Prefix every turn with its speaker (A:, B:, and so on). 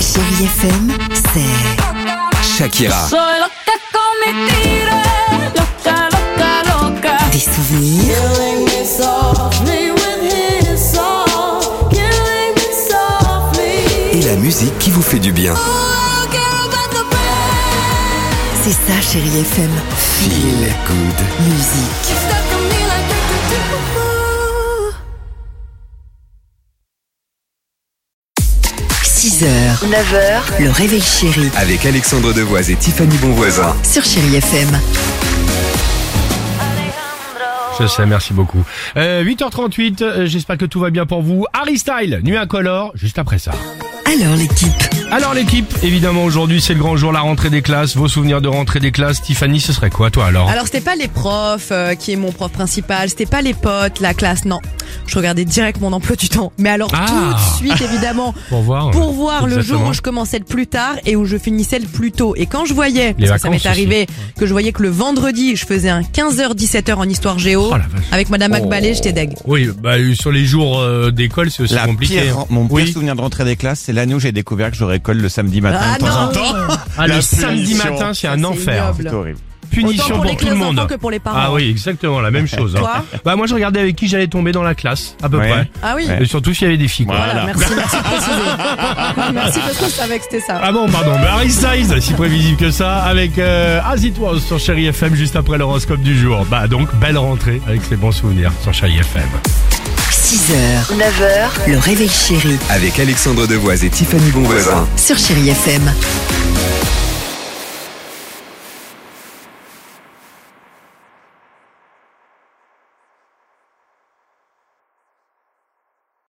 A: Chérie FM, c'est
B: Shakira,
C: Soy loca con mi tira, loca, loca, loca.
A: des souvenirs,
C: Me with his song, killing me softly.
B: et la musique qui vous fait du bien.
C: Don't care about the pain.
A: c'est ça Chérie FM,
B: Feel good.
A: musique.
C: You're stuck on me like do, do, do, do.
A: 6h, 9h, le réveil chéri
B: Avec Alexandre Devoise et Tiffany Bonvoisin.
A: sur Chérie FM.
D: Je sais, merci beaucoup. Euh, 8h38, euh, j'espère que tout va bien pour vous. Harry Style, nuit incolore, juste après ça.
A: Alors l'équipe,
D: Alors l'équipe, évidemment aujourd'hui c'est le grand jour, la rentrée des classes, vos souvenirs de rentrée des classes. Tiffany, ce serait quoi toi alors
E: Alors c'était pas les profs euh, qui est mon prof principal, c'était pas les potes, la classe, non. Je regardais direct mon emploi du temps. Mais alors
D: Ah.
E: tout de suite évidemment
D: Pour voir. euh,
E: pour voir le jour
D: Exactement.
E: où je commençais le plus tard et où je finissais le plus tôt. Et quand je voyais,
D: Les
E: parce que ça
D: vacances
E: m'est arrivé, que je voyais que le vendredi je faisais un 15h-17h en histoire géo
D: Oh la vache.
E: avec Madame Macbalé, j'étais deg.
D: Oui, bah euh, sur les jours euh, d'école c'est aussi
F: La
D: compliqué.
F: pire,
D: hein.
F: mon pire
D: oui.
F: souvenir de rentrée des classes, c'est l'année où j'ai découvert que je récolte le samedi matin
E: Ah
F: de temps en
E: non.
F: temps.
D: Ah, le
F: la
D: samedi
F: punition.
D: matin c'est un
E: c'est
D: enfer.
E: ignoble.
F: C'est horrible.
E: Autant
D: Punition
E: pour,
D: pour,
E: les
D: tout le
E: les
D: monde.
E: enfants que pour les parents.
D: Ah oui, exactement la même chose. hein.
E: Toi
D: Bah moi je regardais avec qui j'allais tomber dans la classe à peu
F: Ouais.
D: près.
E: Ah oui.
F: Ouais.
D: Et surtout s'il y avait des filles. quoi.
F: Voilà.
E: Voilà, merci, merci de préciser. merci parce que je savais que c'était ça.
D: Ah bon, pardon, mais Harry Styles, si prévisible que ça, avec euh, As It Was sur Chéri FM juste après l'horoscope du jour. Bah donc, belle rentrée avec ses bons souvenirs sur Chéri FM.
A: 6h, 9h, le réveil chéri
B: Avec Alexandre Devoise et Tiffany Bonvoisin.
A: sur Chérie FM.